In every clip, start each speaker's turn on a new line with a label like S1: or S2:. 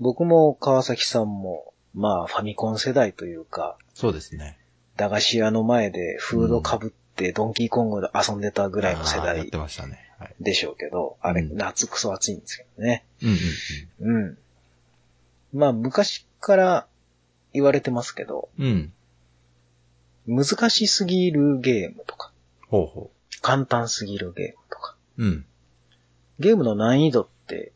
S1: 僕も川崎さんも、まあファミコン世代というか、
S2: そうですね。
S1: 駄菓子屋の前でフード被ってドンキーコングで遊んでたぐらいの世
S2: あーやっ
S1: 代
S2: てましたね。はい。
S1: でしょうけど、あれ、
S2: うん
S1: 夏クソ暑いんですけどね。
S2: うんうん
S1: うん。まあ昔から言われてますけど、
S2: うん。うん。
S1: 難しすぎるゲームとか、
S2: ほうほ
S1: 簡単すぎるゲームとか、
S2: う。うん。
S1: ゲームの難易度って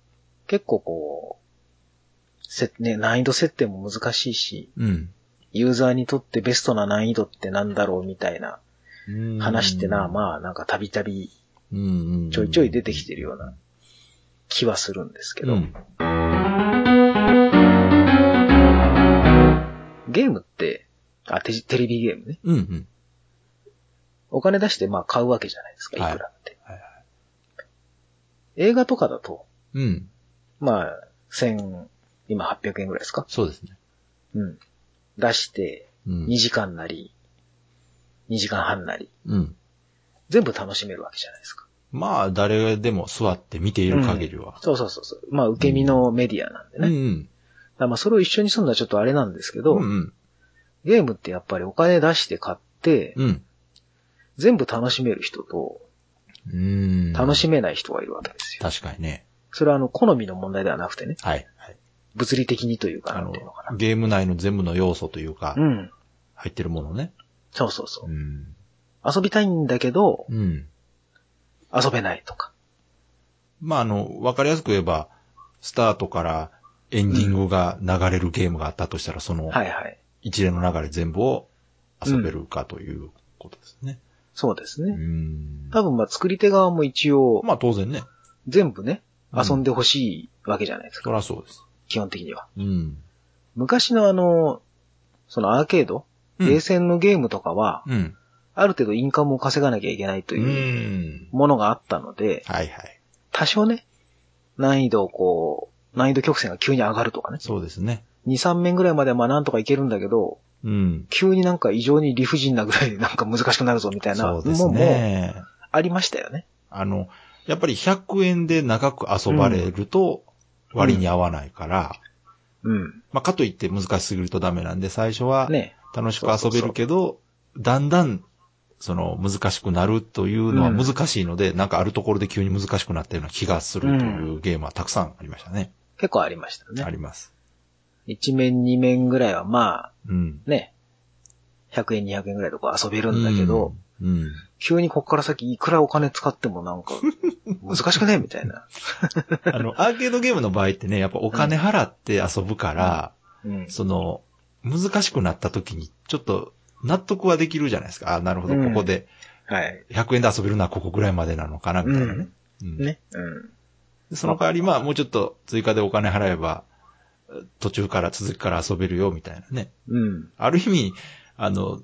S1: 結構こう、せ、ね、難易度設定も難しいし、
S2: うん
S1: ユーザーにとってベストな難易度ってなんだろうみたいな
S2: うん。
S1: 話ってな、まあなんかたびたび
S2: うんうんうん。
S1: ちょいちょい出てきてるような気はするんですけ
S2: け
S1: ど、
S2: うん。
S1: ゲームって、あテジ、テレビゲームね。
S2: うんうん。
S1: お金出してまあ買うわけじゃないですか、い
S2: はい
S1: くらって。
S2: はいはい
S1: 映画とかだと、
S2: うん。
S1: まあ、千、今800円ぐらいですか
S2: そうですね。
S1: うん。出して、
S2: うん。
S1: 2時間なり、2時間半なり、
S2: うん。
S1: 全部楽しめるわけじゃないですか。
S2: まあ、誰でも座って見ている限りは。
S1: そうそうそうそう。まあ、受け身のメディアなんで
S2: うん
S1: ね。だか
S2: うん。
S1: らまあ、それを一緒にするのはちょっとあれなんですけど、
S2: うんうん。
S1: ゲームってやっぱりお金出して買って、
S2: うん。
S1: 全部楽しめる人と、
S2: うん。
S1: 楽しめない人がいるわけですよ。
S2: 確かにね。
S1: それはあの、好みの問題ではなくてね、
S2: はい。はい。
S1: 物理的にというか
S2: あ
S1: なん
S2: の
S1: ていうのか、
S2: ゲーム内の全部の要素というか
S1: な。、うん。
S2: 入ってるものね。
S1: そうそうそう
S2: う。ん。
S1: 遊びたいんだけど、
S2: うん。
S1: 遊べないとか。
S2: まあ、あの、わかりやすく言えば、スタートからエンディングが流れるゲームがあったとしたら、その
S1: はいはい。
S2: 一連の流れ全部を遊べるかということですね。
S1: そうです
S2: う
S1: ね。
S2: ん。
S1: 多分まあ、作り手側も一応、
S2: まあ、当然ね。
S1: 全部ね、
S2: うん
S1: 遊んでほしいわけじゃないです
S2: そ
S1: か。
S2: りゃそうです。
S1: 基本的には。
S2: うん。
S1: 昔のあの、そのアーケード、
S2: うん
S1: 冷戦のゲームとかは、
S2: うん。
S1: ある程度インカムを稼がなきゃいけないと
S2: う。
S1: いうんものがあったので、
S2: はいはい。
S1: 多少ね、難易度をこう、難易度曲線が急に上がるとかね。
S2: そうですね。
S1: 2、3面ぐらいまではまあなんとかいけるんだけど、
S2: うん。
S1: 急になんか異常に理不尽なぐらい なんか難しくなるぞみたいな
S2: そう
S1: も
S2: です
S1: んも
S2: ね。
S1: ありましたよね。
S2: あの、やっぱり100円で長く遊ばれると割に合わないから、
S1: うん。
S2: まあ、かといって難しすぎるとダメなんで、最初は
S1: ね。
S2: 楽しく遊べるけど、だんだん、その、難しくなるというのは
S1: うん
S2: 難しいので、なんかあるところで急に難しくなったような気がするといううゲームはたくさんありましたね。
S1: 結構ありました
S2: あ
S1: ね。
S2: ります。
S1: 1面、2面ぐらいはま
S2: うん。
S1: あね、100円、200円ぐらいとか遊べるんだけど、
S2: うん、うん。
S1: 急にこっから先いくらお金使っても なんか難しくねみたいな。
S2: あの、 アーケードゲームの場合ってね、やっぱお金払って遊ぶから、
S1: うん。
S2: その、難しくなった時に、ちょっと、納得はできるじゃないですか。あ、なるほど、
S1: うん
S2: ここで、
S1: はい。
S2: 100円で遊べるのはここぐらいまでなのかな、みたいなね。うん
S1: ね。うん。
S2: でその代わり、まあ、もうちょっと追加でお金払えば、途中から続きから遊べるよ、みたいなね。
S1: うん。
S2: ある意味、あの、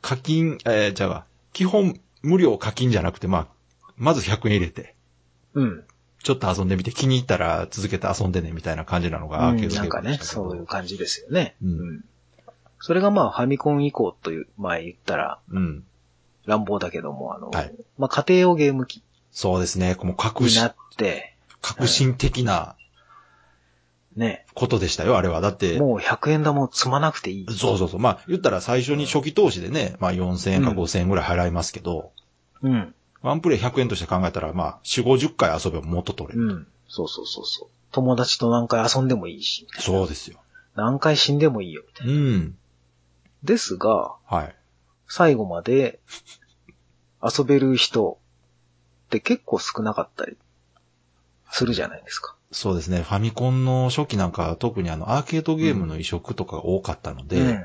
S2: 課金、えー、じゃあわ、基本、無料課金じゃなくて、まあ、まず100円入れて、
S1: うん。
S2: ちょっと遊んでみて、気に入ったら続けて遊んでね、みたいな感じなの
S1: う
S2: がアー
S1: ん
S2: ケード
S1: なん
S2: ゲ
S1: か
S2: ームで
S1: ね
S2: し、たけど。
S1: そういう感じですよね。
S2: うん
S1: ん。それがまあファミコン以降という、まあ言ったら
S2: うん。
S1: 乱暴だけども、あの、
S2: はい
S1: まあ家庭用ゲーム機
S2: そうですね。もう革
S1: にな
S2: 新、
S1: って、
S2: 革新的な
S1: ね、
S2: ことでしたよ、あれは。だって、
S1: もう100円玉を積まなくていい。
S2: そうそうそう。まあ、言ったら最初に初期投資でね、まあ4000円か5000円ぐらい払いますけど、
S1: うん。
S2: ワンプレイ100円として考えたら、まあ、4、50回遊べば元取れる。
S1: うん。そうそうそうそう。友達と何回遊んでもいいし、
S2: そうですよ。
S1: 何回死んでもいいよ、みたいな。
S2: うん。
S1: ですが、
S2: はい。
S1: 最後まで遊べる人って結構少なかったりするじゃないですか。
S2: そうですね。ファミコンの初期なんかは特にあの、アーケードゲームの移植とかが多かったので、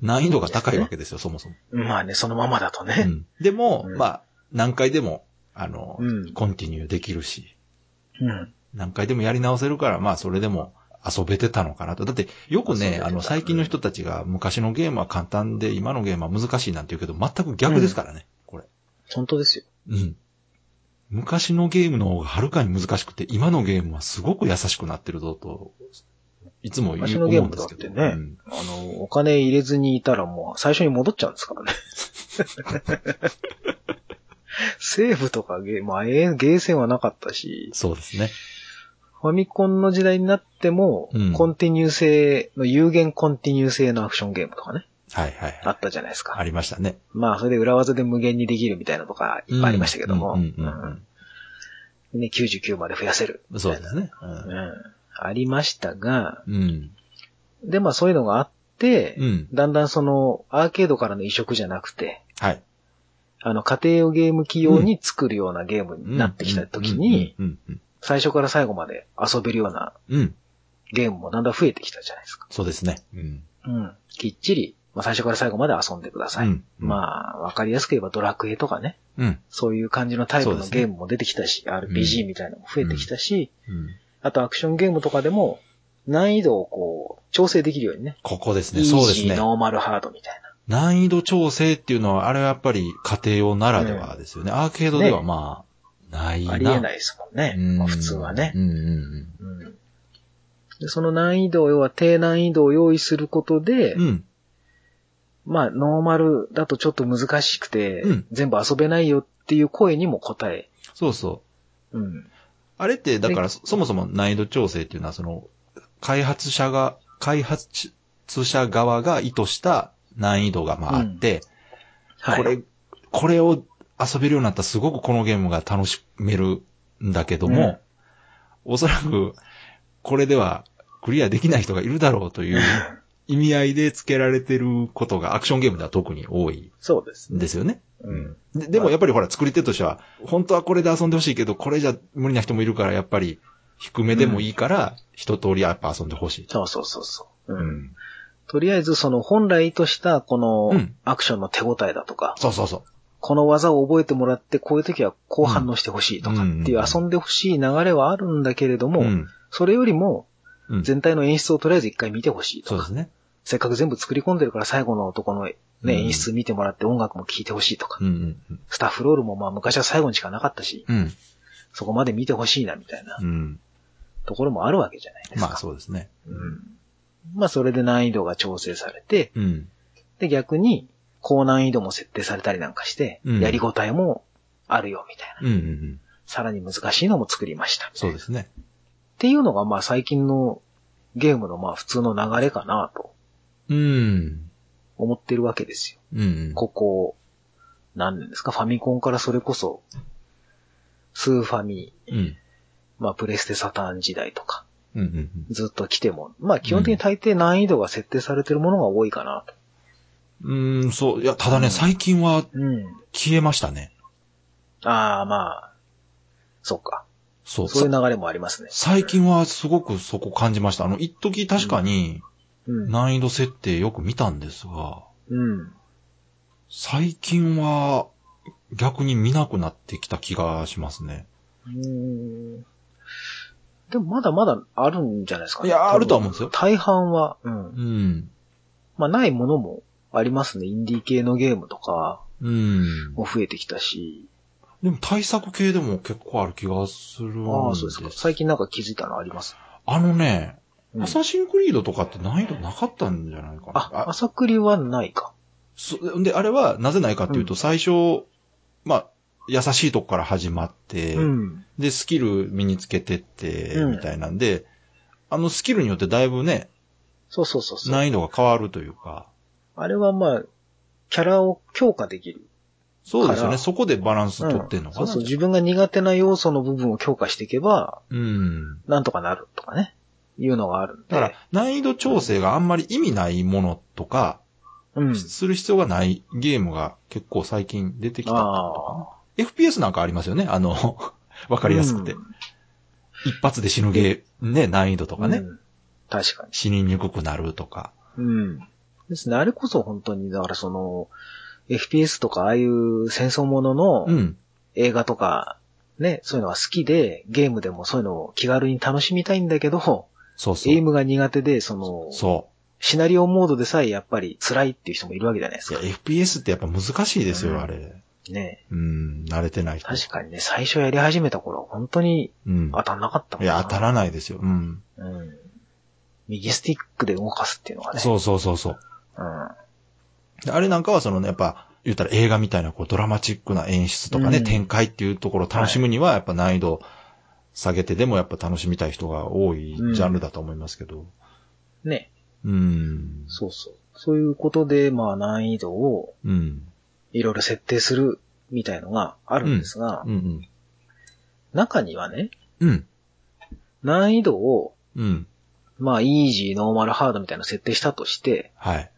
S2: 難易度が高いわけですよ、そもそも。
S1: うん。まあね、そのままだと
S2: う
S1: ね。
S2: ん、でも、
S1: うん
S2: まあ、何回でも、あの、
S1: うん
S2: コンティニューできるし、
S1: うん。
S2: 何回でもやり直せるから、まあ、それでも遊べてたのかなと。だって、よく
S1: 遊べて
S2: ね、
S1: た
S2: あの、最近の人たちが昔のゲームは簡単で、今のゲームは難しいなんて言うけど、全く逆ですからね、これ。
S1: 本当ですよ。
S2: うん。昔のゲームの方がはるかに難しくて、今のゲームはすごく優しくなってるぞと、いつも言
S1: 昔
S2: う
S1: のゲー
S2: 思うん
S1: ム
S2: で
S1: だ
S2: す
S1: っ
S2: け
S1: て
S2: ど。
S1: ね、
S2: うん
S1: あの、お金入れずにいたらもう最初に戻っちゃうんですからね。 セーブとかゲーム、まあ、えーゲーセンはなかったし、
S2: そうですね。
S1: ファミコンの時代になっても、
S2: うん
S1: コンティニュー性の有限コンティニュー性のアクションゲームとかね、
S2: はいはい
S1: あ
S2: はい。
S1: ったじゃないですか。
S2: ありましたね。
S1: まあ、それで裏技で無限にできるみたいなのとかいっぱいありましたけども、
S2: うんうんうん
S1: うんね、99まで増やせる。
S2: うんそうですね。
S1: うん。ありましたが、
S2: うん。
S1: で、まあそういうのがあって、
S2: うん。
S1: だんだんそのアーケードからの移植じゃなくて、
S2: はい。
S1: あの家庭用ゲーム機用に作るようなゲームになってきた時に、
S2: うん、うん、
S1: 最初から最後まで遊べるような
S2: うん。うん。
S1: ゲームもだんだん増えてきたじゃないですか。
S2: そうですね。うん。
S1: うん。きっちり、まあ最初から最後まで遊んでください。
S2: うん
S1: まあ、わかりやすく言えばドラクエとかね、
S2: うん。
S1: そういう感じのタイプ
S2: そう
S1: の
S2: ですね
S1: ゲームも出てきたし、
S2: う
S1: RPG
S2: ん
S1: みたいなのも増えてきたし、
S2: うん。
S1: あとアクションゲームとかでも難易度をこう調整できるようにね、
S2: ここです
S1: イ
S2: ね。
S1: ー
S2: そうで
S1: ジ
S2: す
S1: ー、
S2: ね。
S1: ノーマル、ハードみたいな。
S2: 難易度調整っていうのは、あれはやっぱり家庭用ならではですよね。アーケードではまあ、ないな。
S1: ありえない
S2: い。
S1: ですもんね。まあ普通はね
S2: う。んうん
S1: うんでその難易度を、要は低難易度を用意することで、
S2: うん。うん。
S1: まあノーマルだとちょっと難しくて、
S2: うん
S1: 全部遊べないよっていう声にも応え、
S2: そうそう。
S1: うん
S2: あれって、だから、そそもそも難易度調整っていうのは、その、開発者が、開発者側が意図した難易度がまああって、
S1: はい、
S2: これ、これを遊べるようになったらすごくこのゲームが楽しめるんだけども、おそらく、これではクリアできない人がいるだろうという意味合いで付けられてることがアクションゲームでは特に多い
S1: そうです
S2: ん
S1: ね。
S2: ですよね。
S1: うん
S2: ででもやっぱりほら、作り手としては、本当はこれで遊んでほしいけど、これじゃ無理な人もいるから、やっぱり低めでもいいから、一通りやっぱ遊んでほしいと。
S1: そうそうそうそう、
S2: う
S1: うん
S2: ん。
S1: とりあえずその本来としたこ
S2: う
S1: の
S2: ん
S1: アクションの手応えだとか、
S2: そうそうそ
S1: この技を覚えてもらって、こういう時はこう反応してほしいとかっていう
S2: うん
S1: 遊んでほしい流れはあるんだけれど
S2: う。
S1: も、
S2: ん。
S1: それよりも
S2: うん。
S1: 全体の演出をとりあえず一回見てほしい
S2: そ
S1: と
S2: うで
S1: か
S2: す、ね。
S1: せっかく全部作り込んでるから最後の男のね、
S2: うん
S1: 演出見てもらって音楽も聴いてほしいとか
S2: う、んうんうん。
S1: スタッフロールもまあ昔は最後にしかなかったし、
S2: うん。
S1: そこまで見てほしいなみたいな
S2: うん。
S1: ところもあるわけじゃないですか。
S2: まあそうですね。
S1: うんまあそれで難易度が調整されて、
S2: うん。
S1: で逆に高難易度も設定されたりなんかして、
S2: うん
S1: やりごたえもあるよみたいな。
S2: うんうんうん。
S1: さらに難しいのも作りました。
S2: そうですね。
S1: っていうのがまあ最近のゲームのまあ普通の流れかなと
S2: うん。
S1: 思ってるわけですよ。
S2: うんうん。
S1: ここ、何年ですかファミコンからそれこそ、スーファミ、
S2: うん。
S1: まあプレステサターン時代とか、
S2: うんうんうん。
S1: ずっと来ても、まあ基本的に大抵難易度が設定されてるものが多いかなと。
S2: うーん、そう。いや、ただね、最近は
S1: うん。
S2: 消えましたね。
S1: ああまあ、そうか。
S2: そう。
S1: そういう
S2: さ
S1: 流れもありますね。
S2: 最近はすごくそこ感じました。あの、一時確かに
S1: うん。
S2: 難易度設定よく見たんですが、
S1: うん。
S2: 最近は逆に見なくなってきた気がしますね。
S1: うーんでもまだまだあるんじゃないですかね。
S2: いや
S1: 多分
S2: あるとは思うんですよ
S1: 大半は、うん。
S2: うん。
S1: まあないものもありますね。インディー系のゲームとか
S2: うん。
S1: も増えてきたし。
S2: でも対策系でも結構ある気がするんです。
S1: ああ、そうですか。最近なんか気づいたのあります。
S2: あのね、
S1: うん
S2: アサシンクリードとかって難易度なかったんじゃないかな。
S1: あ、朝栗はないか。
S2: そで、あれはなぜないかっていうと、
S1: う
S2: 最初、まあ、優しいとこから始まって、
S1: うん。
S2: で、スキル身につけてって、
S1: うん
S2: みたいなんで、あのスキルによってだいぶね、
S1: そうそうそうそう。
S2: 難易度が変わるというか、
S1: あれはまあ、キャラを強化できる。
S2: そうですよ
S1: か
S2: ね。
S1: ら
S2: そこでバランス取ってんのか
S1: そ
S2: な。
S1: うそう。自分が苦手な要素の部分を強化していけば、
S2: うん。
S1: なんとかなるとかね。いうのがあるんで。
S2: だから、難易度調整があんまり意味ないものとか、
S1: うん。
S2: する必要がないゲームが結構最近出てきたってことかな。
S1: ああ。
S2: FPS なんかありますよね。あの、 わかりやすくて。
S1: うん
S2: 一発で死ぬゲー、ね、難易度とかね。
S1: うん確かに。
S2: 死ににくくなるとか。
S1: うん。ですね。あれこそ本当に、だからその、FPS とかああいう戦争ものの
S2: うん。
S1: 映画とか、ね、そういうのが好きで、ゲームでもそういうのを気軽に楽しみたいんだけど、
S2: そうそ
S1: エイ
S2: う。
S1: ムが苦手で、その、
S2: そ
S1: シナリオモードでさえやっぱり辛いっていう人もいるわけじゃないで
S2: う。
S1: す
S2: い
S1: か
S2: や、。FPS ってやっぱ難しいです
S1: う
S2: よ、
S1: ん
S2: あれ。
S1: ね。
S2: うん、慣れてない人。
S1: 確かにね、最初やり始めた頃は本当に
S2: うん。
S1: 当たんなかったも
S2: い
S1: ん
S2: や、当たらないですよ。うん。
S1: らうん。右スティックで動かすっていうのがね。
S2: そうそうそうそう。
S1: うん。
S2: であれなんかはそのね、やっぱ、言ったら映画みたいなこうドラマチックな演出とかね、
S1: うん
S2: 展開っていうところを楽しむには、やっぱ難易度下げてでもやっぱ楽しみたい人が多いジャンルだと思いますけど。
S1: ね。
S2: うん。
S1: そうそう。そういうことで、まあ難易度を
S2: うん。
S1: いろいろ設定するみたいのがあるんですが、
S2: うん。
S1: 中にはね、
S2: うん。
S1: 難易度を、
S2: うん。
S1: まあ、イージー、ノーマル、ハードみたいなの設定したとして、
S2: はい。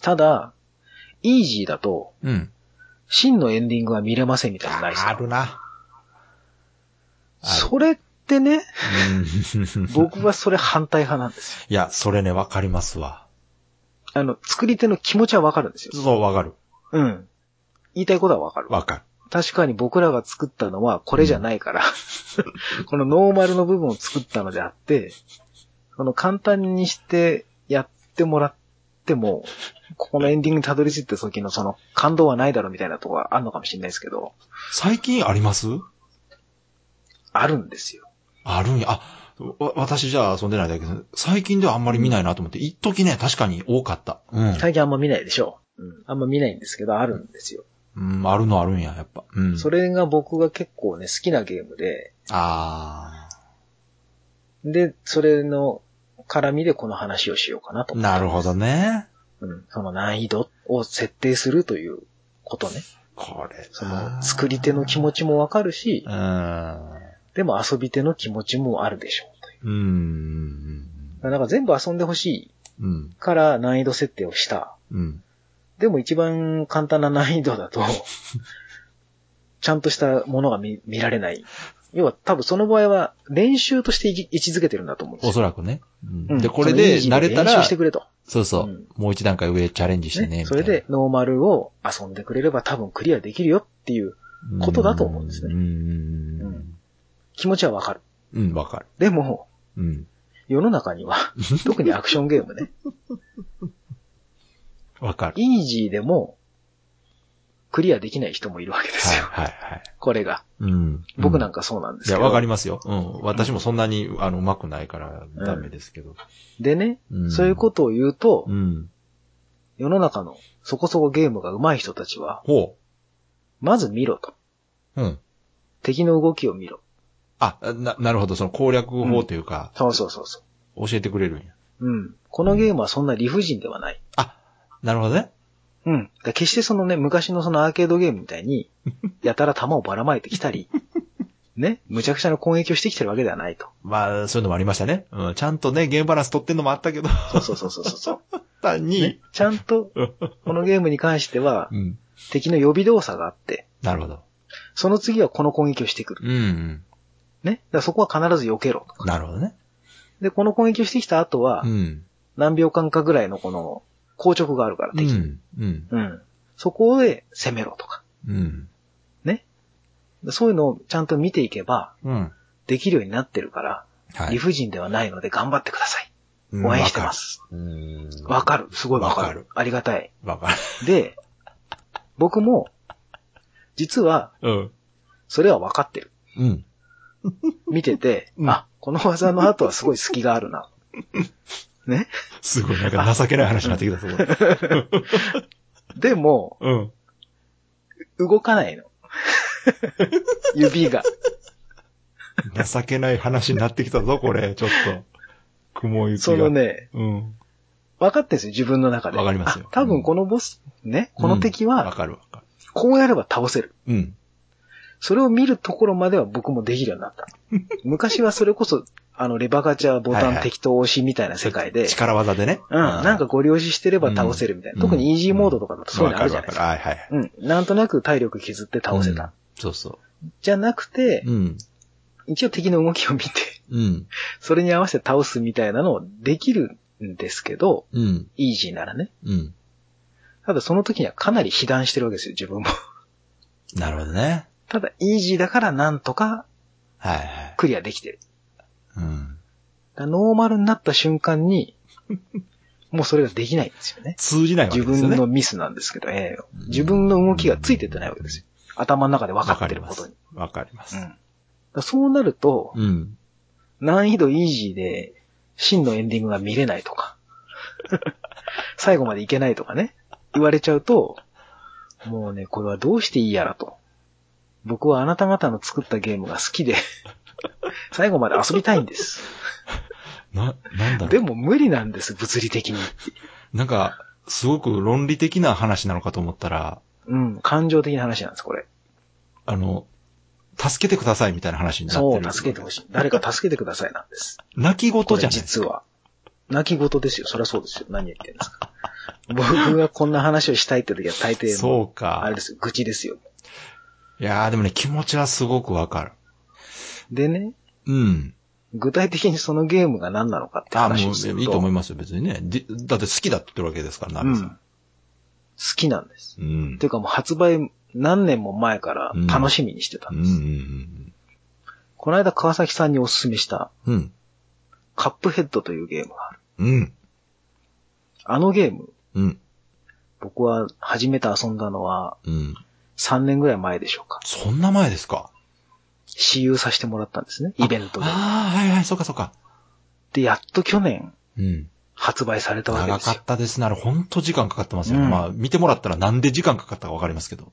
S1: ただ、イージーだと、
S2: うん。
S1: 真のエンディングは見れませんみたいなのないです
S2: あ
S1: か
S2: るな。
S1: それってね、
S2: うん
S1: 僕はそれ反対派なんですよ。
S2: いや、それね、わかりますわ。
S1: あの、作り手の気持ちはわかるんですよ。
S2: そう、わかる。
S1: うん。言いたいことはわかる。
S2: わかる。
S1: 確かに僕らが作ったのはこれじゃないから、 このノーマルの部分を作ったのであって、この簡単にしてやってもらっても、ここのエンディングにたどり着いた時のその感動はないだろうみたいなとこはあるのかもしれないですけど、
S2: 最近あります
S1: あるんですよ。
S2: あるんや。あ、わ私じゃあ遊んでないだけど、最近ではあんまり見ないなと思って、一時ね、確かに多かった。うん。
S1: 最近あんま見ないでしょ。うん、あんま見ないんですけど、あるんですよ。
S2: うん、あるのあるんや、やっぱ。うん。
S1: それが僕が結構ね、好きなゲームで、
S2: あ
S1: で、それの絡みでこの話をしようかなと
S2: あ。。なるほどね。
S1: うん。その難易度を設定するということね。
S2: これ。
S1: その、作り手の気持ちもわかるし
S2: う、ん。
S1: でも遊び手の気持ちもあるでしょうとい
S2: うん。
S1: う。なんか全部遊んでほし
S2: うん
S1: い。から難易度設定をした。
S2: うん。
S1: でも一番簡単な難易度 だと、ちゃんとしたものが見見られない。要は多分その場合は練習としてい位置づけてるんだと思うんで
S2: お
S1: すよ。
S2: そらくね。う
S1: うんん
S2: で、これで
S1: その
S2: 慣れた
S1: 練習
S2: ら
S1: し、てくれと。
S2: そうそう
S1: うん
S2: う。もう一段階上チャレンジしてね。
S1: ね
S2: みた
S1: そ
S2: いな
S1: れで、ノーマルを遊んでくれれば多分クリアできるよっていうことだと思うんですね
S2: うん。
S1: 気持ちはわかる。
S2: うんうん、わかる。
S1: でも、
S2: うん。
S1: 世の中に は、特にアクションゲームね、
S2: わかる。
S1: イージーでも、クリアできない人もいるわけです
S2: はい
S1: よ。
S2: はいはい。
S1: これが。
S2: うん。
S1: 僕なん
S2: か。
S1: かそうなんで
S2: い
S1: すけ
S2: や、
S1: ど。
S2: わかりますよ。うん。私もそんなに、あの、うまくないから、ダメですけど。
S1: でね、
S2: うん
S1: そういうことを言うと、
S2: うん。
S1: 世の中のそこそこゲームが上手い人たちは、
S2: ほ
S1: まず見ろと。
S2: う。うん。
S1: 敵の動きを見ろ。
S2: あ、な、なるほど。その攻略法というか、
S1: そうそうそうそ
S2: 教えてくれるんや。
S1: う。うん。このゲームはそんな理不尽ではない。
S2: あ、なるほどね。
S1: うん。だから決してそのね、昔のそのアーケードゲームみたい に、やたら弾をばらまいてきたり、ね、むちゃくちゃな攻撃をしてきてるわけではないと。
S2: まあ、そういうのもありましたね。うん。ちゃんとね、ゲームバランス取ってんのもあったけど、
S1: そうそうそうそうそう。
S2: 単
S1: ね
S2: に、、
S1: ちゃんと、このゲームに関しては
S2: う、ん。
S1: 敵の予備動作があって、
S2: なるほど。
S1: その次はこの攻撃をしてくる。
S2: うんうん。
S1: ね。だからそこは必ず避けろと。
S2: なるほどね。
S1: で、この攻撃をしてきた後は
S2: う、ん。
S1: 何秒間かぐらいのこの、硬直があるから、
S2: う
S1: 敵に。
S2: ん。うん。
S1: うん。そこで攻めろとか。
S2: うん。
S1: そういうのをちゃんと見ていけば、
S2: うん。
S1: できるようになってるから、
S2: は
S1: 理不尽ではないので頑張ってください。
S2: うん
S1: 応援してま。す。
S2: うん。
S1: わかる。すごいわか
S2: わか
S1: る
S2: る。
S1: ありがたい。
S2: わかる。
S1: で、僕も、実は、
S2: うん。
S1: それはわかってる。
S2: うん。
S1: 見てて、
S2: うん
S1: あ、この技の後はすごい隙があるな。ね。
S2: すごい、なんか情けない話になってきた、すごい。
S1: でも、
S2: うん。
S1: 動か ないの。指が。
S2: 情けない話になってきたぞ、こ れ。ちょっと。雲行き
S1: そ
S2: が。
S1: の。ね、
S2: うん。
S1: 分かってるんですよ、自分の中で。
S2: わかりますよ
S1: あ多分このボス、ね、この敵
S2: わ
S1: は、
S2: かるわか
S1: こうやれば倒せる。
S2: る。うん。
S1: それを見るところまでは僕もできるようにな った。昔はそれこそ、あの、レバガチャボ
S2: はい
S1: タ
S2: は
S1: ン
S2: い
S1: 適当押しみたいな世界で、
S2: 力技でね。
S1: うん、なんかご利用ししてれば倒せるみたいな。特にイージーモードとかだとそういうのあるじゃないですか。
S2: わかるわかるはいはい。
S1: うん、なんとなく体力削って倒せた。
S2: うん。そうそ
S1: じゃなくて
S2: う。、うん。
S1: 一応敵の動きを見て、
S2: うん。
S1: それに合わせて倒すみたいなのをできるんですけど、
S2: うん。
S1: イージーならね。
S2: うん。
S1: ただその時にはかなり被弾してるわけですよ、自分も。
S2: なるほどね。
S1: ただ、イージーだからなんとか
S2: はいはい。
S1: クリアできてる。
S2: うん。
S1: だからノーマルになった瞬間 に、もうそれができないんですよね。
S2: 通じないわけ
S1: 自
S2: ですよ
S1: 分
S2: ね。
S1: のミスなんですけど、ええ自分の動きがついてってないわけですよ。頭の中で分かってることに。
S2: わかりま
S1: う
S2: す。
S1: ん。だ
S2: わかりま
S1: からそうなると、
S2: す。うん。
S1: 難易度イージーで、真のエンディングが見れないと か、最後までいけないとかね、言われちゃうと、 もうね、これはどうしていいやらと。僕はあなた方の作ったゲームが好きで、最後まで遊びたいんです。
S2: な、なんだろ
S1: で
S2: う。
S1: も無理なんです、物理的に。
S2: なんか、すごく論理的な話なのかと思ったら、
S1: うん、感情的な話なんです、これ。
S2: あの、助けてくださいみたいな話になって
S1: そ
S2: る。
S1: う、助けてほしい。誰か助けてくださいなん です。
S2: 泣き言
S1: こ
S2: じ
S1: れ
S2: ゃない
S1: 実は。泣き言ですよ。そりゃそうですよ。何言ってんです か。僕がこんな話をしたいって時は大抵
S2: そ
S1: も
S2: う
S1: う、あ
S2: か
S1: れ。ですよ。愚痴ですよ。
S2: いやーでもね、気持ちはすごくわかる。
S1: でね、
S2: うん。
S1: 具体的にそのゲームが何なのかって
S2: あー
S1: 話
S2: も
S1: をする
S2: う
S1: と。
S2: いいと思いますよ、別にね。でだって好きだって言ってるわけですから、ナ
S1: う
S2: ベ
S1: ん。
S2: さ
S1: 好
S2: ん。
S1: きなんです。
S2: うん
S1: て。いうかもう発売何年も前から楽しみにしてた
S2: うんん
S1: です。
S2: うん
S1: この間川崎さんにお勧めした
S2: うん。うん。
S1: カップヘッドというゲームがある。
S2: うん。
S1: あのゲーム、
S2: うん。
S1: 僕は初めて遊んだのは
S2: うん。
S1: 3年ぐらい前でしょうか。
S2: そんな前ですか
S1: 私有させてもらったんですね。イベントで。
S2: ああ、はいはい、そうかそうか。
S1: で、やっと去年
S2: うん。
S1: 発売されたわけ
S2: 長
S1: です
S2: か
S1: よ
S2: っ。たですね。あれ、ほんと時間かかってますよね。
S1: うん
S2: まあ、見てもらったらなんで時間かかったかわかりますけど。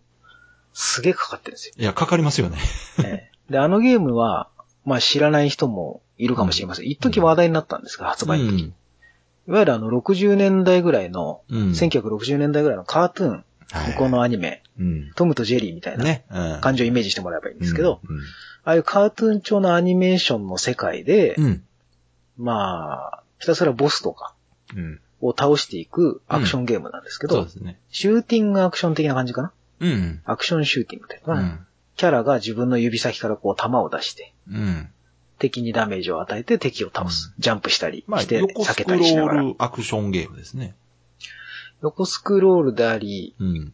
S1: すげえかかってるんですよ
S2: いや、かかりますよね。。
S1: ええで、あのゲームは、まあ知らない人もいるかもしれません。一時話題になったんですが、発売の時。いわゆるあの60年代ぐらいの、
S2: うん。うん。
S1: 1960年代ぐらいのカートゥーン、
S2: は
S1: 向
S2: い
S1: こうのアニメ、
S2: うん。
S1: トムとジェリーみたいな
S2: ね。うん。
S1: 感じをイメージしてもらえばいいんですけど、
S2: うん。
S1: ああいうカートゥーン調のアニメーションの世界で、
S2: うん。
S1: まあ、ひたすらボスとか
S2: うん。
S1: を倒していくアクションゲームなんですけど、
S2: そうですね。
S1: シューティングアクション的な感じかな
S2: うん。
S1: アクションシューティングという
S2: う
S1: かな、
S2: ん。
S1: キャラが自分の指先からこう弾を出して、
S2: うん。
S1: 敵にダメージを与えて敵を倒す。ジャンプしたり
S2: まあ、
S1: して、
S2: 横
S1: 避
S2: ス
S1: け
S2: ク
S1: た
S2: ロ
S1: りしながら。
S2: ールアクションゲームですね。
S1: 横スクロールであり、
S2: うん。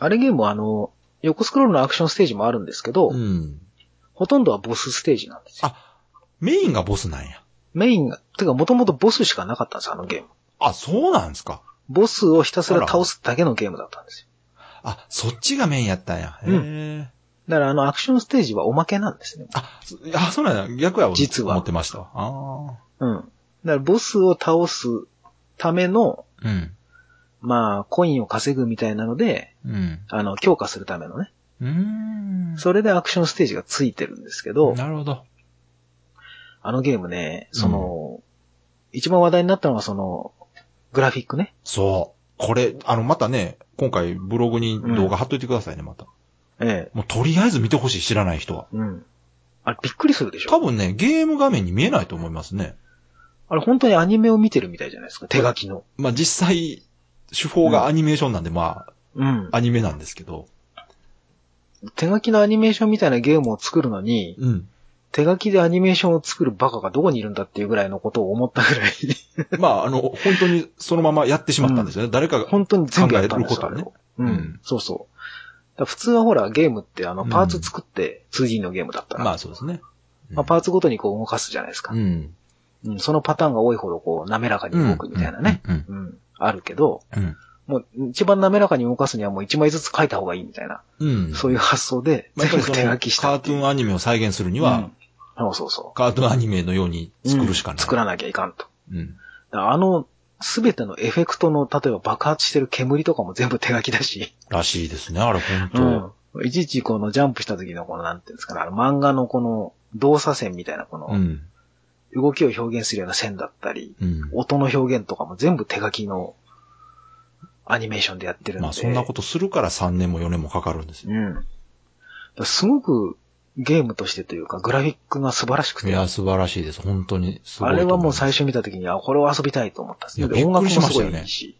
S1: あれゲームはあの、横スクロールのアクションステージもあるんですけど、
S2: うん。
S1: ほとんどはボスステージなんですよ。
S2: あ、メインがボスなんや。
S1: メインが、てかもともとボスしかなかったんですよ、あのゲーム。
S2: あ、そうなんですか。
S1: ボスをひたすら倒すだけのゲームだったんですよ。
S2: あ、そっちがメインやったんや。へ
S1: うん
S2: え。
S1: だからあのアクションステージはおまけなんですね。
S2: あ、そあそうなんや。逆やわ
S1: 実は
S2: 思ってましたわ。あ
S1: うん。だからボスを倒すための、
S2: あ。うん。
S1: まあ、コインを稼ぐみたいなので、
S2: うん。
S1: あの、強化するためのね。
S2: うーん。
S1: それでアクションステージがついてるんですけど、
S2: なるほど。
S1: あのゲームね、その、一番話題になったのがその、グラフィックね。
S2: そう。これ、あの、またね、今回ブログに動画貼っといてくださいね、また。
S1: ええ。
S2: もうとりあえず見てほしい、知らない人は。
S1: うん。あれびっくりするでし
S2: 多
S1: ょ
S2: 分ね、ゲーム画面に見えないと思いますね。
S1: あれ本当にアニメを見てるみたいじゃないですか。手書きの。
S2: まあ、実際、手法がアニメーションなんで、ま
S1: うん
S2: あ、。アニメなんですけど。
S1: 手書きのアニメーションみたいなゲームを作るのに、
S2: うん。
S1: 手書きでアニメーションを作るバカがどこにいるんだっていうぐらいのことを思ったぐらい、
S2: まあ、あの、本当にそのままやってしまったんですよね。誰かが。
S1: 本当に全部やったんです
S2: 考
S1: よ。
S2: えるこ
S1: あれを
S2: ね
S1: う
S2: うん
S1: ん。そうそう。だから普通はほら、ゲームってあの、
S2: うん
S1: パーツ作って 2D のゲームだったら、
S2: まあ、そうですね。うん
S1: まあパーツごとにこう動かすじゃないですか
S2: う。ん。
S1: うん、そのパターンが多いほどこう、滑らかに動くみたいなね。
S2: うん。
S1: うん、あるけど、
S2: うん。
S1: もう一番滑らかに動かすにはもう一枚ずつ書いた方がいいみたいな、
S2: うん。うん
S1: そういう発想で、
S2: まあ
S1: 全
S2: やっぱり
S1: 部
S2: そ
S1: 手
S2: の
S1: 書きした。
S2: カートゥーンアニメを再現するに
S1: に
S2: は、、
S1: そうそうそ
S2: カートゥーンアニメのように
S1: う。
S2: 作るしかない。
S1: うん作らなきゃいかんと。
S2: うん。
S1: だからあの、すべてのエフェクトの、例えば爆発してる煙とかも全部手書きだし、
S2: らしいですね、あれ、本当、
S1: うん。いちいちこのジャンプした時のこの、なんていうんですかね、あの漫画のこの動作線みたいなこ
S2: う
S1: の、
S2: ん。
S1: 動きを表現するような線だったり、
S2: うん。
S1: 音の表現とかも全部手書きのアニメーションでやってるんで。
S2: まあ、そんなことするから3年も4年もかかるんですよ。
S1: うん。だからすごくゲームとしてというか、グラフィックが素晴らしく
S2: い
S1: て、
S2: や、素晴らしいです。本当に。すごい
S1: あ
S2: と
S1: れ
S2: 思い
S1: はもう
S2: ます
S1: 最、初見た時に、あ、これは遊びたいと思ったんです
S2: いや
S1: で音楽もすご
S2: びっくりしました
S1: い
S2: よ
S1: い
S2: ね
S1: いし、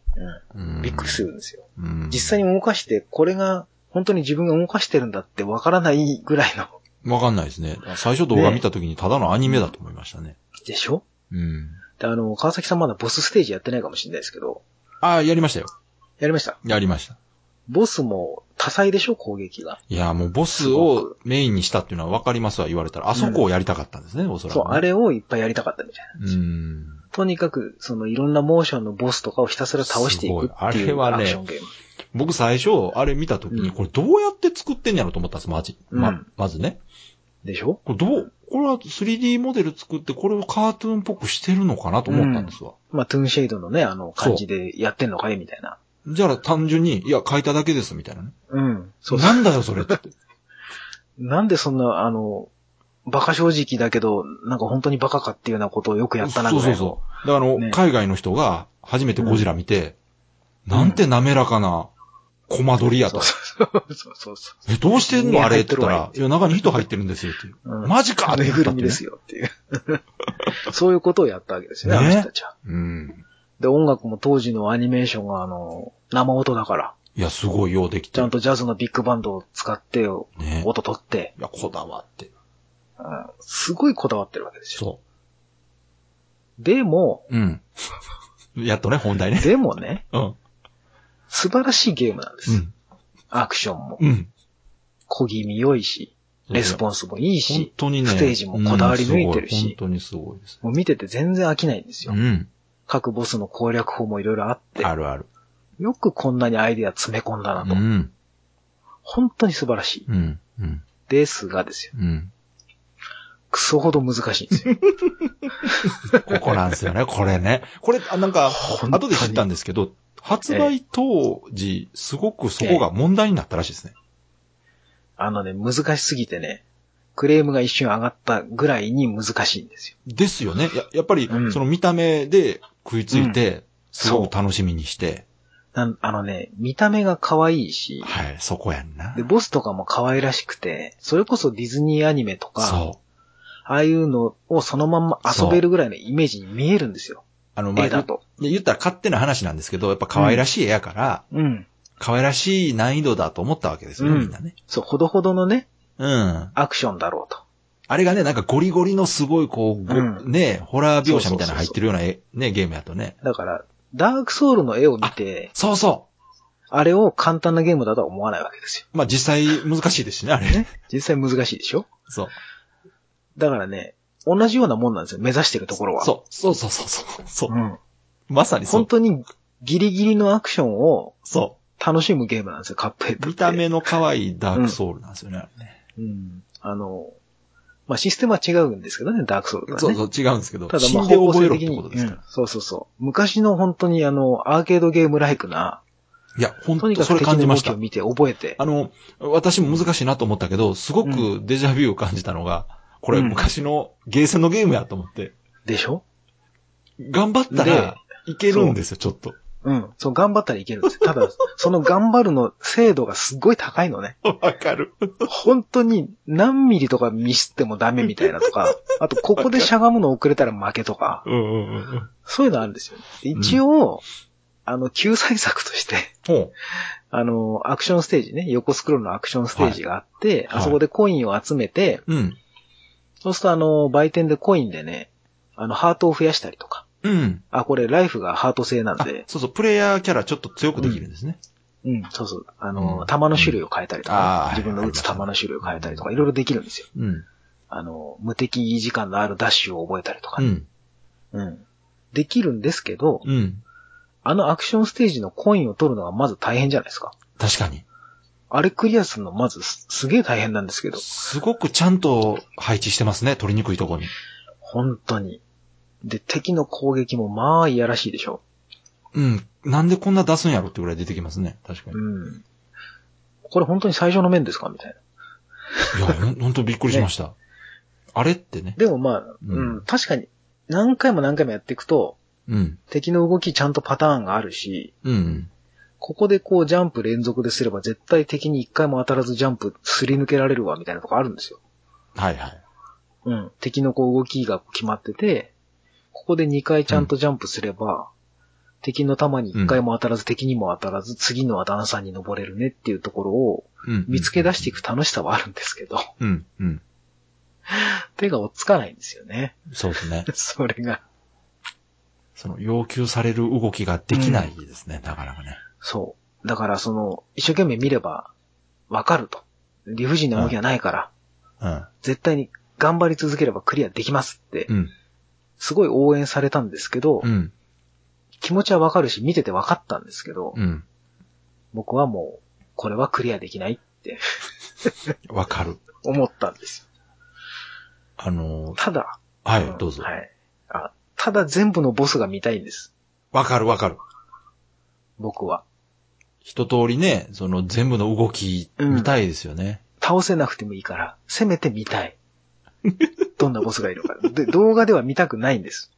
S2: う
S1: うんんびっくりす。るんですよ。
S2: うん
S1: 実際に動かして、これが本当に自分が動かしてるんだってわからないぐらいの、
S2: わかんないですね。最初動画見た時にただのアニメだと思いましたね。
S1: でしょ
S2: うん。
S1: であの、川崎さんまだボスステージやってないかもしれないですけど、
S2: ああ、やりましたよ。
S1: やりました。
S2: やりました。
S1: ボスも多彩でしょ攻撃が。
S2: いや、もうボスをメインにしたっていうのはわかりますわ、言われたら。あそこをやりたかったんですね、おそらく、
S1: そう、あ。れをいっぱいやりたかったみたいな。
S2: うん。
S1: とにかく、そのいろんなモーションのボスとかをひたすら倒していくってい
S2: す
S1: う
S2: ごいあれは
S1: ア
S2: ね
S1: クションゲーム。
S2: 僕最初、あれ見た時
S1: う
S2: に、
S1: ん
S2: これどうやって作ってんやろと思ったんです、まじ。
S1: う
S2: ま
S1: ん、
S2: まずね。
S1: でしょ
S2: これどう、これは 3D モデル作って、これをカートゥーンっぽくしてるのかなと思ったんですわ。
S1: まあ、トゥーンシェイドのね、あの、感じでやってんのかいみたいな。
S2: じゃあ単純に、いや、書いただけです、みたいなね。
S1: うん。そうそ
S2: なんだよ、それって。
S1: う。なんでそんな、あの、バカ正直だけど、なんか本当にバカかっていうようなことをよくやったな、
S2: そう
S1: ぐ
S2: そ
S1: ら
S2: う
S1: いの
S2: そう。だからあの、
S1: ね
S2: 海外の人が初めてゴジラ見て、なんて滑らかなコマ撮りやと。
S1: そうそうそうそ
S2: え、どうしてん
S1: 人
S2: の
S1: 間
S2: あ
S1: 入
S2: れ
S1: っ
S2: ってて
S1: る
S2: 言っ
S1: わ
S2: た
S1: い
S2: ら、いや、中に人入ってるんですよっていう。
S1: う。うん
S2: マジか
S1: ぬいぐるみですよっていう。そういうことをやったわけですよね、
S2: ね
S1: あの人たちは。
S2: うん。
S1: で、音楽も当時のアニメーションがあの、生音だから、
S2: いや、すごいようでき
S1: ち
S2: て
S1: ゃ
S2: る
S1: ん。とジャズのビッグバンドを使って、
S2: ね。
S1: 音取って、
S2: いや、こだわって。
S1: うんすごいこだわってるわけですよ。
S2: そ
S1: でも、
S2: う。うん。 やっとね、本題ね。
S1: でも ね、
S2: うん。
S1: 素晴らしいゲームなんで
S2: う
S1: すよ。
S2: ん。
S1: アクションも、
S2: うん。
S1: 小気味良いし、レスポンスもいい
S2: 本
S1: し、
S2: 当にね。
S1: ステージもこだわり抜いてるし
S2: うんすご本当にすごいです。
S1: もう見てて全然飽きないんです
S2: う
S1: よ。
S2: ん。
S1: 各ボスの攻略法もいろいろあって、
S2: あるある。
S1: よくこんなにアイデア詰め込んだな
S2: う
S1: と。
S2: ん。
S1: 本当に素晴らしい。
S2: うん。うん。
S1: ですがですよ。
S2: うん。
S1: クソほど難しいん ですよ。
S2: ここなんですよね、 これね。これ、あなんか、
S1: 本当に
S2: 後で知ったんですけど、発売当時、すごくそこが問題になったらしいですね。
S1: あのね、難しすぎてね、クレームが一瞬上がったぐらいに難しいんですよ。
S2: ですよね。ややっぱり
S1: う、ん
S2: その見た目で食いついうて、すごく楽しみにして、
S1: なんあのね、見た目が可愛いし、
S2: はい、そこやんな
S1: で、。ボスとかも可愛らしくて、それこそディズニーアニメとか、
S2: そう。
S1: ああいうのをそのまんま遊べるぐらいのイメージに見えるんですよ。
S2: あの、まあ、
S1: 絵だ
S2: 言
S1: と。
S2: 言ったら勝手な話なんですけど、やっぱ可愛らしい絵やから、
S1: うん。
S2: 可愛らしい難易度だと思ったわけですよ
S1: う
S2: ね、
S1: ん
S2: みんなね。
S1: そう、ほどほどのね、
S2: うん。
S1: アクションだろうと。
S2: あれがね、なんかゴリゴリのすごいこう、ご
S1: うん
S2: ね、ホラー描写みたいなの入ってるような絵ね、ゲームやとね。
S1: だから、ダークソウルの絵を見て、
S2: そうそ
S1: あれを簡単なゲームだとは思わないわけですよ。
S2: う。まあ実際難しいですしね、あれ。
S1: ね実際難しいでしょ
S2: そう。
S1: だからね、同じようなもんなんですよ、目指してるところは。
S2: そう。そうそうそうそう。そうう。
S1: ん。
S2: まさにそ
S1: 本
S2: う。
S1: 当にギリギリのアクションを
S2: そ
S1: 楽しむゲームなんですよ、カップヘッド
S2: う。
S1: って。
S2: 見た目の可愛いダークソウルなんですよね、あれね。
S1: うん。あの、まあ、システムは違うんですけどね、ダークソウルとはね。
S2: そうそう、違うんですけど。
S1: ただ、
S2: 死
S1: まあ、
S2: んで
S1: 方向
S2: 覚
S1: 性
S2: えろっ
S1: 的
S2: て
S1: に、
S2: ことですか
S1: う
S2: ら
S1: ん。そうそうそう。昔の本当にあの、アーケードゲームライクな、
S2: いや、本
S1: とに
S2: 当
S1: か
S2: そ
S1: く
S2: れ
S1: 敵
S2: 感じ
S1: の
S2: ま
S1: 動
S2: し
S1: き
S2: た
S1: を。見て覚えて、
S2: あの、私も難しいなと思ったけど、すごくデジャビューを感じたのが、これ
S1: うん
S2: 昔のゲーセンのゲームやと思って、
S1: でしょ
S2: 頑張ったらいけるんですよ、ちょっと。
S1: うん。そう、頑張ったらいけるんですよ。ただ、 その頑張るの精度がすごい高いのね。
S2: わかる。
S1: 本当に何ミリとかミスってもダメみたいなと か、あと、ここでしゃがむの遅れたら負けとか、
S2: うんうんうんうん。
S1: そういうのあるんですよ。で一応、あの、救済策として、
S2: ほ
S1: あの、アクションステージね、横スクロールのアクションステージがあって、
S2: はい
S1: あそこでコインを集めて、
S2: う。うん。
S1: そうするとあの、売店でコインでね、あの、ハートを増やしたりとか。
S2: うん。
S1: あ、これライフがハート製なん
S2: あ
S1: で、
S2: そうそう、プレイヤーキャラちょっと強くできるんですね。
S1: うん、そうそう。あ
S2: う
S1: の、
S2: ん
S1: 弾の種類を変えたりとか、
S2: あー
S1: 自分の打つ弾の種類を変えたりとか、いろいろできるんですよ。
S2: うん。
S1: あの、無敵時間のあるダッシュを覚えたりとか
S2: う
S1: ね、
S2: ん。
S1: うん。できるんですけど、
S2: うん。
S1: あのアクションステージのコインを取るのがまず大変じゃないですか。
S2: 確かに。
S1: あれクリアするのまずすすげえ大変なんですけど、
S2: すごくちゃんと配置してますね、取りにくいとこに。
S1: 本当に。で、敵の攻撃もまあいやらしいでしょ。
S2: うん。なんでこんな出すんやろってぐらい出てきますね。確かに。
S1: うん。これ本当に最初の面ですかみたいな。
S2: いや、ほん ほんとびっくりしました。あれってね。
S1: でもまあ、う、
S2: うんん
S1: 確かに何回も何回もやっていくと、
S2: うん。
S1: 敵の動きちゃんとパターンがあるし、
S2: うんうん。
S1: ここでこうジャンプ連続ですれば絶対敵に一回も当たらずジャンプすり抜けられるわみたいなとこあるんですよ。
S2: はいはい。
S1: うん。敵のこう動きが決まってて、ここで二回ちゃんとジャンプすれば、敵の弾に一回も当たらず、敵にも当たらず、次のは段差に登れるねっていうところを
S2: うん。
S1: 見つけ出していく楽しさはあるんですけど、
S2: うん。うん。
S1: 手が追っつかないんですよね。
S2: そうですね。
S1: それが。
S2: その要求される動きができないですね、なかなかね。
S1: そう。だからその、一生懸命見れば、わかると。理不尽な動きはないから、絶対に頑張り続ければクリアできますって
S2: う、ん。
S1: すごい応援されたんですけど、
S2: うん。うん。
S1: 気持ちはわかるし、見ててわかったんですけど、
S2: うん。
S1: 僕はもう、これはクリアできないって
S2: わかる。
S1: 思ったんですよ。
S2: あのー、
S1: ただ、
S2: はい、どうぞ。
S1: はい。あただ全部のボスが見たいんです。
S2: わかるわかる。
S1: 僕は。
S2: 一通りね、その全部の動き見たいですよね。
S1: 倒せなくてもいいから、せめて見たい。どんなボスがいるのか。で、動画では見たくないんです。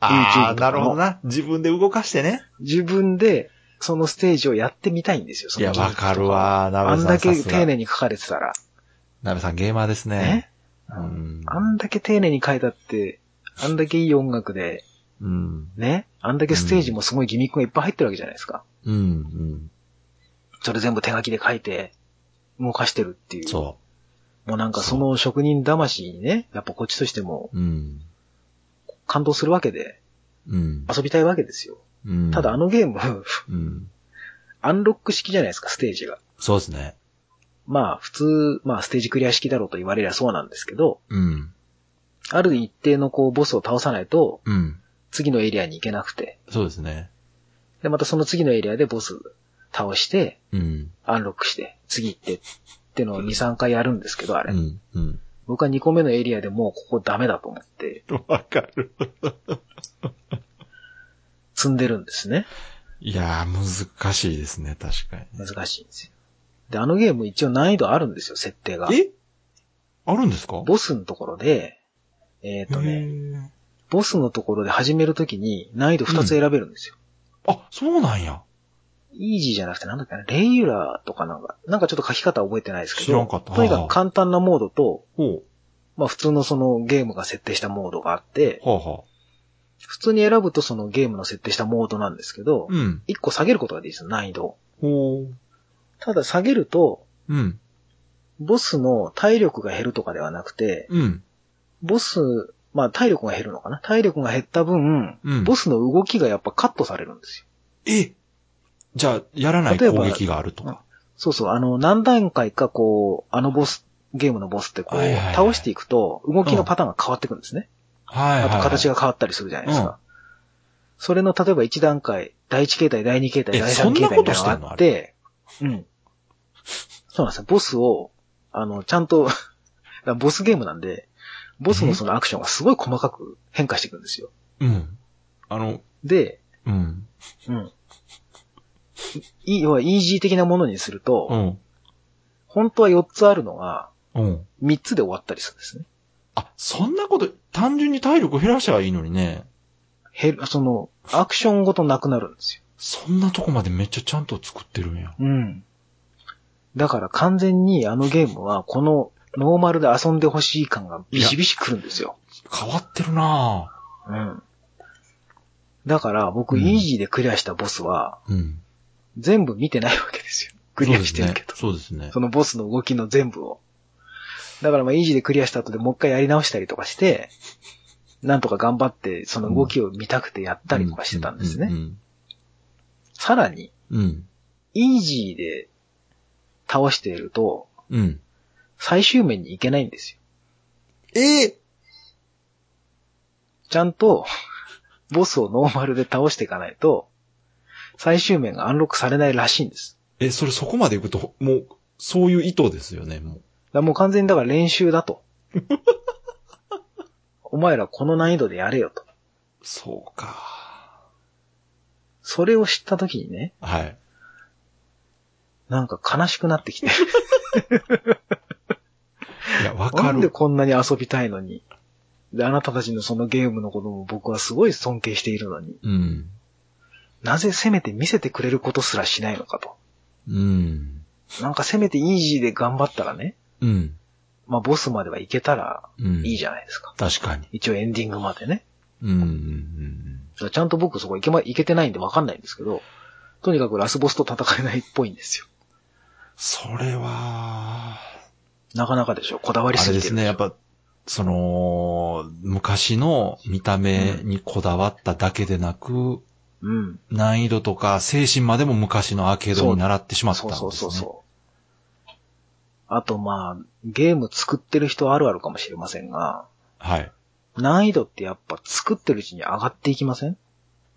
S2: あ
S1: YouTube
S2: あ、
S1: と
S2: な
S1: かの
S2: るほどな。自分で動かしてね。
S1: 自分で、そのステージをやってみたいんですよ、そ
S2: い
S1: の
S2: や、
S1: 技
S2: わ
S1: 術と
S2: かる。わ。な
S1: あ
S2: べ
S1: ん
S2: さん
S1: だ
S2: さ
S1: け
S2: す
S1: 丁
S2: が。
S1: 寧に書かれてたら、
S2: なべさんゲーマーですね
S1: ね。
S2: うん。
S1: あんだけ丁寧に書いたって、あんだけいい音楽で、
S2: うん。
S1: ね、あんだけステージもすごいギミックがいっぱい入ってるわけじゃないですか。
S2: うん。うん。
S1: それ全部手書きで書いて、動かしてるっていう。
S2: そ
S1: もうなんかその職人魂にね、やっぱこっちとしても
S2: う。うん。
S1: 感動するわけで、
S2: うん。
S1: 遊びたいわけですよ。
S2: うん
S1: ただあ、のゲーム、
S2: うん。
S1: アンロック式じゃないですか、ステージが。
S2: そうですね。
S1: まあ普通、まあステージクリア式だろうと言われりゃそうなんですけど、
S2: うん。
S1: ある一定のこうボスを倒さないと、
S2: うん。
S1: 次のエリアに行けなくて、
S2: そうですね。
S1: で、またその次のエリアでボス倒して、
S2: うん。
S1: アンロックして、次行って、ってのを2、3回やるんですけど、あ
S2: う
S1: れ。
S2: ん。うん。
S1: 僕は2個目のエリアでもうここダメだと思って、
S2: わかる。
S1: 積んでるんですね。
S2: いやー、難しいですね、確かに。
S1: 難しいんですよ。で、あのゲーム一応難易度あるんですよ、設定が。
S2: えあるんですか
S1: ボスのところで、えっ、とね、
S2: ね。
S1: ボスのところで始めるときに難易度2つ選べるんですよ。
S2: あ、そうなんや。
S1: イージーじゃなくてなんだっけな、レギュラーとかなんか、なんかちょっと書き方覚えてないですけど、
S2: 知らんかった
S1: とにかく簡単なモードと、
S2: ほ
S1: まあ普通のそのゲームが設定したモードがあって
S2: う。、はあ、は
S1: 普通に選ぶとそのゲームの設定したモードなんですけど
S2: あ。、うん。
S1: 1個下げることができるんですよ、難易度を。
S2: ほう。
S1: ただ下げると、
S2: うん。
S1: ボスの体力が減るとかではなくて、
S2: うん。
S1: ボス、まあ体力が減るのかな体力が減った分、
S2: うん。
S1: ボ
S2: ス
S1: スの動きがやっぱカットされるんです
S2: えじゃあ、やらない
S1: 例えば
S2: 攻撃があるとか。
S1: よ。そうそう、あの、何段階かこう、あのボス、ゲームのボスってこう
S2: はいはいはい、
S1: 倒していくと、動きのパターンが変わってくんですね。
S2: はいはい、
S1: あと形
S2: が。
S1: が変わったりするじゃないです
S2: うん
S1: か。それの、例えば1段階、第1形態、第2形態、
S2: え
S1: 第3形態みたいなの
S2: そんなことしてんの
S1: があって、うん。そうなんですよ。ボスを、あの、ちゃんと、 ボスゲームなんで、ボスのそのアクションがすごい細かく変化していくんですよ。
S2: うん。あの、
S1: で、
S2: うん。
S1: うん。い要は、イージー的なものにすると、
S2: うん。
S1: 本当は4つあるのが、
S2: うん。
S1: 3つで終わったりするんですね。
S2: あ、そんなこと、単純に体力減らしゃいいのにね。
S1: 減る、その、アクションごとなくなるんですよ。
S2: そんなとこまでめっちゃちゃんと作ってるんや。
S1: うん。だから完全にあのゲームは、このノーマルで遊んでほしい感がビシビシ来るんですよ。
S2: 変わってるな
S1: うん。だから僕、
S2: うん
S1: イージーでクリアしたボスは、
S2: ぁ。うん。
S1: 全部見てないわけですよ。クリアしてるけど。そ,、
S2: そうですね。そうですね。
S1: のボスの動きの全部を。だからまあ、イージーでクリアした後でもう一回やり直したりとかして、なんとか頑張って、その動きを見たくてやったりとかしてたんです
S2: う
S1: ね。
S2: ん。
S1: さらに、
S2: うん。
S1: イージーで倒していると、
S2: うん。うん
S1: 最終面に行けないんですよ。
S2: ええ
S1: ちゃんと、ボスをノーマルで倒していかないと、最終面がアンロックされないらしいんです。
S2: え、それそこまで行くと、もう、そういう意図ですよね、もう。
S1: だからもう完全にだから練習だ と。お前らこの難易度でやれよと。
S2: そうか。
S1: それを知った時にね、
S2: はい。
S1: なんか悲しくなってきて、
S2: いや、
S1: な
S2: わか
S1: んで
S2: る。
S1: こんなに遊びたいのに。で、あなたたちのそのゲームのことも僕はすごい尊敬しているのに、
S2: うん。
S1: なぜせめて見せてくれることすらしないのかと。
S2: うん。
S1: なんかせめてイージーで頑張ったらね、
S2: うん。
S1: まあボスまではいけたら
S2: うん。
S1: いいじ
S2: ゃん。
S1: ゃないですか。
S2: 確かに。
S1: 一応エンディングまでね。
S2: うんうん。うん
S1: ちゃんと僕そこ行けま、行けてないんでわかんないんですけど、とにかくラスボスと戦えないっぽいんですよ。
S2: それは、
S1: なかなかでしょ。こだわり
S2: あ
S1: す
S2: れ
S1: ぎ
S2: で
S1: て
S2: す
S1: る。
S2: ね、やっぱ、その、昔の見た目にこだわっただけでなく、
S1: うん。
S2: 難易度とか精神までも昔のアーケードに習ってしまったん
S1: そ
S2: で
S1: う
S2: す
S1: そう
S2: ね。
S1: そうそう。あとまあ、ゲーム作ってる人あるあるかもしれませんが、
S2: はい。
S1: 難易度ってやっぱ作ってるうちに上がっていきません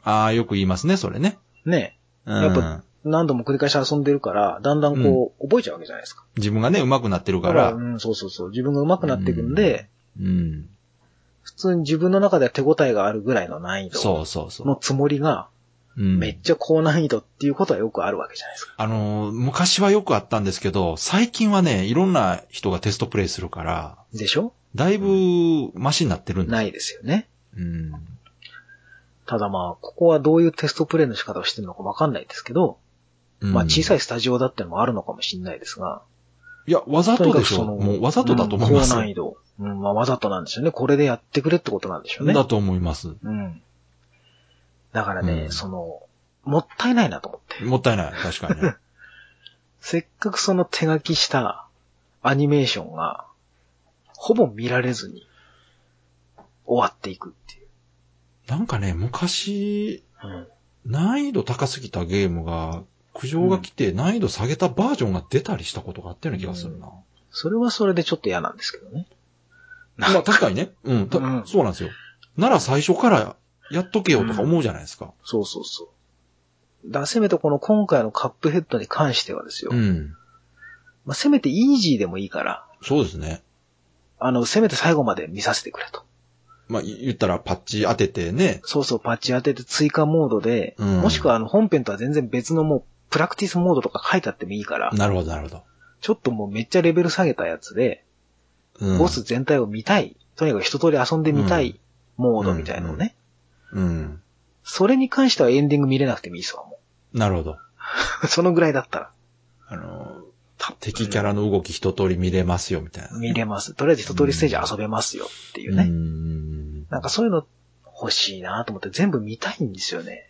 S2: ああ、よく言いますね、それね。
S1: ね
S2: うん、
S1: やっぱ何度も繰り返し遊んでるから、だんだんこう、覚えちゃうわけじゃないですか。
S2: 自分がね、上手くなってる
S1: だか
S2: か
S1: ら、
S2: ら。
S1: うん、そうそうそう。自分が上手くなっていくんで、
S2: うん。
S1: 普通に自分の中では手応えがあるぐらいの難易度
S2: そうそうそう。
S1: のつもりが、
S2: うん
S1: めっちゃ高難易度っていうことはよくあるわけじゃないですか。
S2: あのー、昔はよくあったんですけど、最近はね、いろんな人がテストプレイするから、
S1: でしょ
S2: だいぶマシになってるんだ。
S1: ないですよね。
S2: うん。
S1: ただまあ、ここはどういうテストプレイの仕方をしてるのかわかんないですけど、
S2: うん
S1: まあ小さいスタジオだってのもあるのかもしれないですが、
S2: いや、わざとでし
S1: と
S2: ょ。
S1: にかく
S2: もうわざとだと思います。
S1: うん高難易度。うん、まあわざとなんでしょうね。これでやってくれってことなんでしょうね。
S2: だと思います。
S1: うん。だからね、
S2: うん
S1: その、もったいないなと思って。
S2: もったいない。確か にね。
S1: せっかくその手書きしたアニメーションが、ほぼ見られずに、終わっていくっていう。
S2: なんかね、昔、
S1: うん。
S2: 難易度高すぎたゲームが、苦情が来て難易度下げたバージョンが出たりしたことがあったような気がするな。
S1: それはそれでちょっと嫌なんですけどね。
S2: まあ 確かにね。うん、た
S1: うん
S2: そうなんですよ。なら最初からやっとけよとか思うじゃないですか。
S1: そうそうそう。だ、せめてこの今回のカップヘッドに関してはですよ。
S2: うん。
S1: まあ、せめてイージーでもいいから、
S2: そうですね。
S1: あの、せめて最後まで見させてくれと。
S2: まあ、い言ったらパッチ当ててね。
S1: そうそう、パッチ当てて追加モードで、
S2: うん
S1: もしくはあの、本編とは全然別のもう、プラクティスモードとか書いてあってもいいから、
S2: なるほど、なるほど。
S1: ちょっともうめっちゃレベル下げたやつで、
S2: うん、
S1: ボス全体を見たい。とにかく一通り遊んでみたいモードみたいのをね。
S2: うんうんうん。
S1: それに関してはエンディング見れなくてもいいですわ、も
S2: なるほど。
S1: う。 そのぐらいだったら。
S2: あの、敵キャラの動き一通り見れますよ、みたいな。
S1: 見れます。とりあえず一通りステージ遊べますよっていうね。
S2: うん
S1: なんかそういうの欲しいなと思って全部見たいんですよね。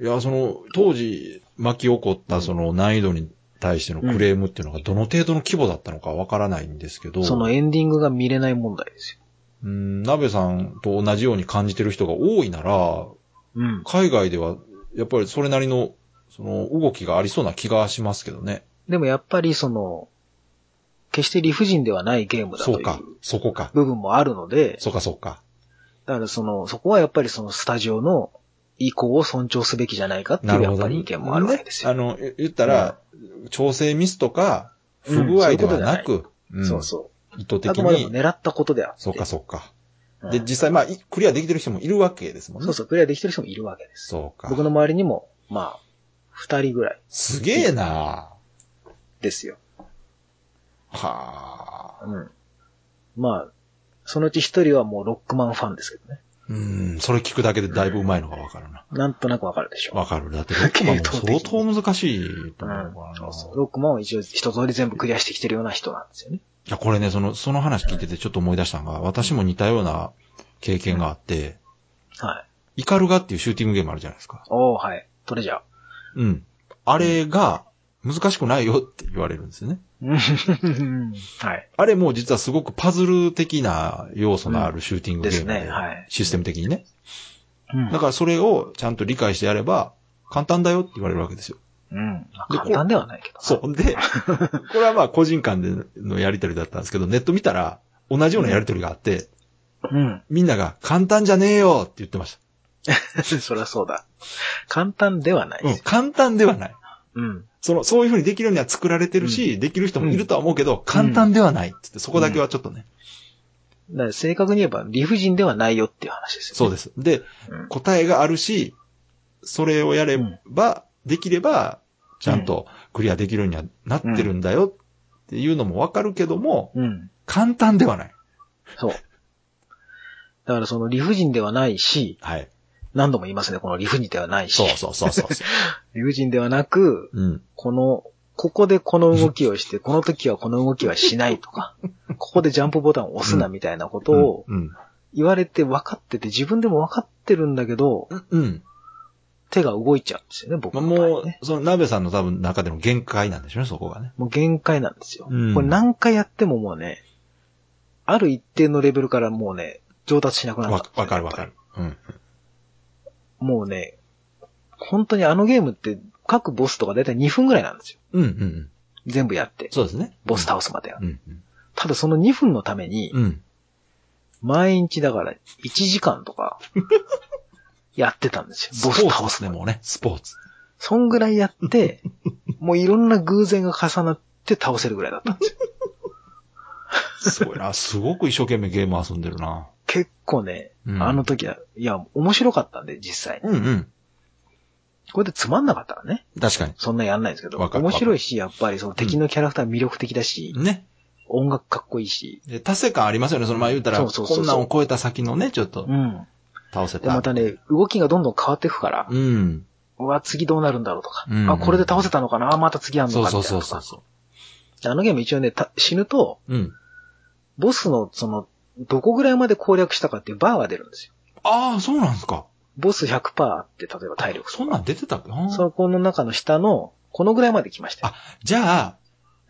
S2: いや、その、当時巻き起こったその難易度に対してのクレームっていうのがどの程度の規模だったのかわからないんですけど、
S1: そのエンディングが見れない問題ですよ。
S2: うん、鍋さんと同じように感じてる人が多いなら、
S1: うん。
S2: 海外ではやっぱりそれなりの、その動きがありそうな気がしますけどね。
S1: でもやっぱりその、決して理不尽ではないゲームだ
S2: そ
S1: と
S2: う
S1: い
S2: か
S1: う、
S2: そこか、
S1: 部分もあるので、
S2: そうか、そうか。
S1: だからその、そこはやっぱりそのスタジオの意向を尊重すべきじゃないかってい
S2: な
S1: う
S2: る
S1: や
S2: ほ
S1: っ
S2: ど
S1: ぱ
S2: ね。
S1: り意見もあるわけですよ。
S2: ねあの、言言ったら、調整ミスとか、不具合ではなく、ん
S1: そうそ
S2: 意図
S1: う。あ
S2: 的
S1: くまでも
S2: に、
S1: 狙ったことであって。
S2: そうか、そうか。
S1: うん
S2: で、実際、まあ、いクリアできてる人もいるわけですもんね。
S1: そうそう、クリアできてる人もいるわけです。
S2: そうか。
S1: 僕の周りにも、まあ、二人ぐらい
S2: すげえな
S1: ですよ。
S2: はあ。
S1: うん。まあ、そのうち一人はもうロックマンファンですけどね。
S2: うん、それ聞くだけでだいぶうまいのがわかるな。
S1: なんとなくわかるでしょう。
S2: わかる。だって、ロックマン も相当難しいと
S1: う
S2: 思
S1: ん
S2: うからな。
S1: そうそう。ロックマンを一応一通り全部クリアしてきてるような人なんですよね。
S2: いや、これね、その、その話聞いててちょっと思い出したのが、私も似たような経験があって、
S1: はい。
S2: イカルガっていうシューティングゲームあるじゃないですか。
S1: おー、はい。トレジャー。
S2: うん。あれが、難しくないよって言われるんですよね。
S1: うん はい。
S2: あれも実はすごくパズル的な要素のあるシューティングゲームで、
S1: ですねはい
S2: システム的にね。
S1: うん
S2: だからそれをちゃんと理解してやれば、簡単だよって言われるわけですよ。
S1: うん。まあ
S2: で
S1: 簡単ではないけど。
S2: そう。 で、これはまあ個人間でのやりとりだったんですけど、ネット見たら同じようなやりとりがあって、
S1: う。うん。
S2: みんなが簡単じゃねえよって言ってまし
S1: そりゃそうだ。簡単ではない
S2: た。う
S1: で
S2: ん、
S1: す。
S2: 簡単ではない。
S1: うん。
S2: その、そういうふうにできるようには作られてるし、できる人もいるとは思うけど、簡単ではないっつって、そこだけはちょっとね。
S1: だから正確に言えば理不尽ではないよっていう話です
S2: そ
S1: よ
S2: う
S1: ね。
S2: です。で、
S1: うん
S2: 答えがあるし、それをやれば、できれば、ちゃんとクリアできるようにはなってるんだよっていうのもわかるけども、
S1: うん。
S2: 簡単ではない。
S1: そう。だからその理不尽ではないし、
S2: はい。
S1: 何度も言いますね、この理不尽ではないし。
S2: そうそうそうそうそ
S1: 理不尽ではなく、
S2: う。うん。
S1: この、ここでこの動きを して、この時はこの動きはしないとか、ここでジャンプボタンを押すなみたいなことを
S2: うん。
S1: 言われて分かってて、自分でも分かってるんだけど、
S2: うんうん。手
S1: 手が動いちゃうんですよね、僕
S2: まあ、
S1: の場
S2: も
S1: 合ね。
S2: う、その、鍋さんの多分中での限界なんでしょうね、そこがね。
S1: もう限界なんですよ。
S2: うん
S1: これ何回やってももうね、ある一定のレベルからもうね、上達しなくな
S2: わ
S1: ったんですよ。
S2: わかるわかる。うん。
S1: もうね、本当にあのゲームって各ボスとかだいたい2分ぐらいなんですよ。
S2: うんうんうん。
S1: 全部やって。
S2: そうですね。
S1: ボス倒すまでは。
S2: うん。
S1: ただその2分のために、
S2: うん。うん。
S1: 毎日だから1時間と か、やってたんですよ。ボス倒す
S2: で
S1: のも。
S2: もうね、スポーツ。
S1: そんぐらいやって、 もういろんな偶然が重なって倒せるぐらいだったんですよ。
S2: すごい な。すごく一生懸命ゲーム遊んでるな。
S1: 結構ね、
S2: うん
S1: あの時は、いや、面白かったんで、実際に。
S2: うんうん。
S1: これでつまんなかったらね、
S2: 確かに。
S1: そんなやんないんですけど、
S2: わかる
S1: 面白いし、やっぱりその敵のキャラクター魅力的だし、
S2: ね。
S1: 音楽かっこいいし、
S2: で達成感ありますよね。その、まあ言うたら、
S1: そうそうそうそう
S2: こんなんを超えた先のね、ちょっと
S1: うん。
S2: 倒せた。
S1: で、またね、動きがどんどん変わっていくから、
S2: うん。
S1: うわ、次どうなるんだろうとか、
S2: うん
S1: あ、これで倒せたのかなあ、また次あんのか
S2: そ
S1: み
S2: う
S1: たいな
S2: そ
S1: と
S2: う
S1: か。
S2: そうそうそ
S1: あのゲーム一応ね、た死ぬと、
S2: う。うん。
S1: ボスのその、どこぐらいまで攻略したかっていうバーが出るんですよ。
S2: ああ、そうなんですか。
S1: ボス100%って、例えば体力とか
S2: そんなん出てたっけあー
S1: そこの中の下の、このぐらいまで来ましたよ。
S2: じゃ
S1: う
S2: あ、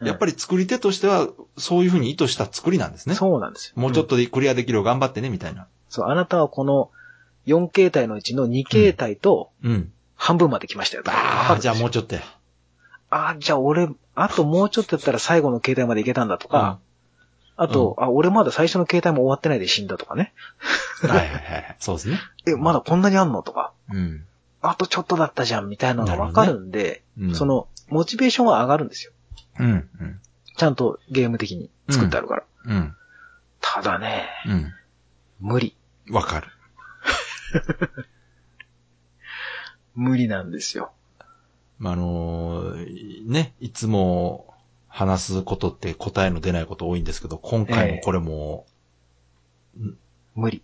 S1: ん
S2: やっぱり作り手としては、そういうふうに意図した作りなんですね。
S1: そうなんですよ。
S2: もうちょっ
S1: ん
S2: とでクリアできるよう頑張ってね、みたいな。
S1: そう、あなたはこの4形態のうちの2形態と
S2: うん。
S1: 半分まで来ましたよ。
S2: ああ、じゃあもう
S1: う。
S2: ちょっとや。
S1: あーじゃあ俺、あともうちょっとやったら最後の形態までいけたんだとか、あと、あ、俺まだ最初の形態も終わってないで死んだとかね。
S2: うんはいはいはいはい。そうですね。
S1: え、まだこんなにあんのとか、
S2: うん。
S1: あとちょっとだったじゃんみたいなのがわかるんで、
S2: うん
S1: そ、の、モチベーションは上がるんですよ。
S2: うん。うん。
S1: ちゃんとゲーム的に作ってあるから。
S2: うん。
S1: ただね、
S2: う
S1: 無理。
S2: ん。わかる。
S1: 無理なんですよ。
S2: まあ、あのーね、いつも話すことって答えの出ないこと多いんですけど、今回もこれも、
S1: 無理。。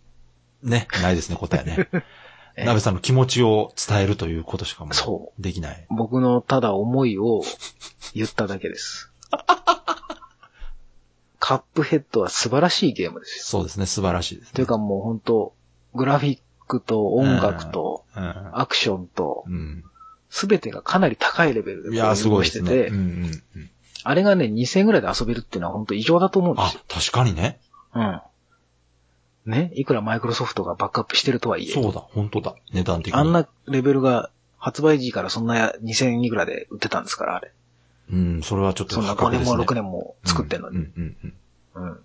S2: ね、ないですね、答えね
S1: ええ
S2: 鍋さんの気持ちを伝えるということしかもう
S1: そ
S2: できない。
S1: う。僕のただ思いを言っただけ です。カップヘッドは素晴らしいゲームですよ。
S2: そうですね、素晴らしいです、ね。
S1: というかもう本当グラフィックと音楽と
S2: うん、
S1: アクションと、
S2: うん。
S1: すべてがかなり高いレベル
S2: い
S1: で
S2: やー、す
S1: 融
S2: ご
S1: 合
S2: いで
S1: して
S2: す
S1: て、
S2: ね。うんうんうん、
S1: あれがね、2000円ぐらいで遊べるっていうのは本当異常だと思うんです
S2: あ
S1: よ。、
S2: 確かにね。
S1: うん。ね、いくらマイクロソフトがバックアップしてるとはいえ、
S2: そうだ、本当だ。値段的に。
S1: あん、なレベルが発売時からそんな2000いくらで売ってたんですから、あれ。
S2: うん、それはちょっと
S1: そんな
S2: 破
S1: 5
S2: 格で
S1: 年
S2: すね。
S1: も6年も作ってんのに。
S2: うんうんう
S1: う
S2: ん
S1: ん。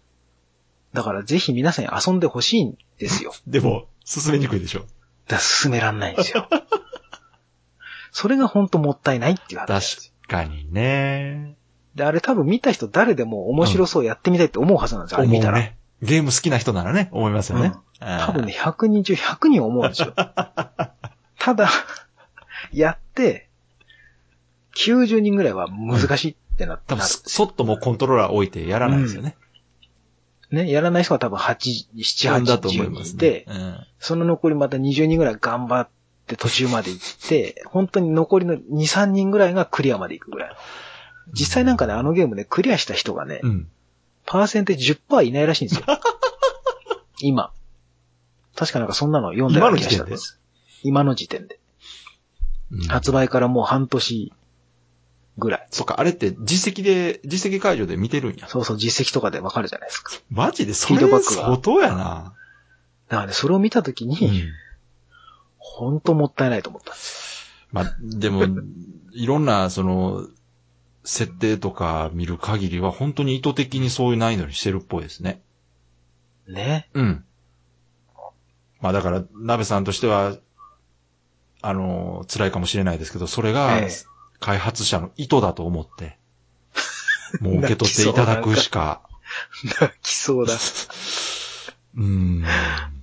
S1: だからぜひ皆さんに遊んでほしいんですよ。
S2: うんでも、進めにくいでしょ。
S1: だから進めらんないんですよ。 それが本当もったいないっていう話なん
S2: 確
S1: ですよ。
S2: かにね。
S1: で、あれ多分見た人誰でも面白そうやってみたいって思うはずなんですよ、あれ見たら。
S2: ね。ゲーム好きな人ならね、思いますよね。
S1: 多
S2: 多
S1: 分ね、100人中100人思うんです よ。ただ、やって、90人ぐらいは難しいってなっ
S2: 多
S1: た
S2: 分、そっともうコントローラー置いてやらないですよね。
S1: ね、やらない人は多分8、
S2: 自
S1: 7、
S2: 分
S1: 8、
S2: だと思い
S1: 10
S2: ま
S1: 人
S2: す
S1: い
S2: ね
S1: て、
S2: うん
S1: その残りまた20人ぐらい頑張って途中まで行って、本当に残りの2、3人ぐらいがクリアまで行くぐらい。実際なんかね、あのゲームね、クリアした人がね、
S2: うん。
S1: パーセンテージ10%いないらしいん ですよ。今。確かなんかそんなの読んだような気がしたんです。今の時点で。
S2: うん
S1: 発売からもう半年ぐらい。
S2: そっか、あれって実績で、実績解除で見てるんや。
S1: そうそう、実績とかでわかるじゃないですか。
S2: マジでそ
S1: フィードバ
S2: れ
S1: ックが
S2: 相当やな。
S1: だからね、それを見たとき
S2: う
S1: に、
S2: ん
S1: ほんともったいないと思ったんです。
S2: まあ、でも、いろんな、その、設定とか見る限りは、本当に意図的にそういう難易度にしてるっぽいですね。
S1: ね。
S2: うん。まあだから、鍋さんとしては、あの、辛いかもしれないですけど、それが
S1: ええ、
S2: 開発者の意図だと 思って、もう受け取っていただくしか、
S1: 泣きそうだ。
S2: うーん。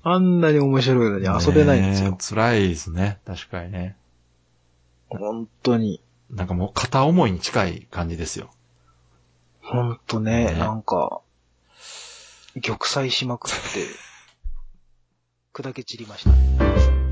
S1: あんなに面白いのに遊べないんです
S2: ね
S1: よ。
S2: え辛いですね。確かにね。
S1: 本当に。
S2: なんかもう片思いに近い感じですよ。
S1: 本当ね、
S2: ね
S1: なんか、玉砕しまくって、砕け散りました。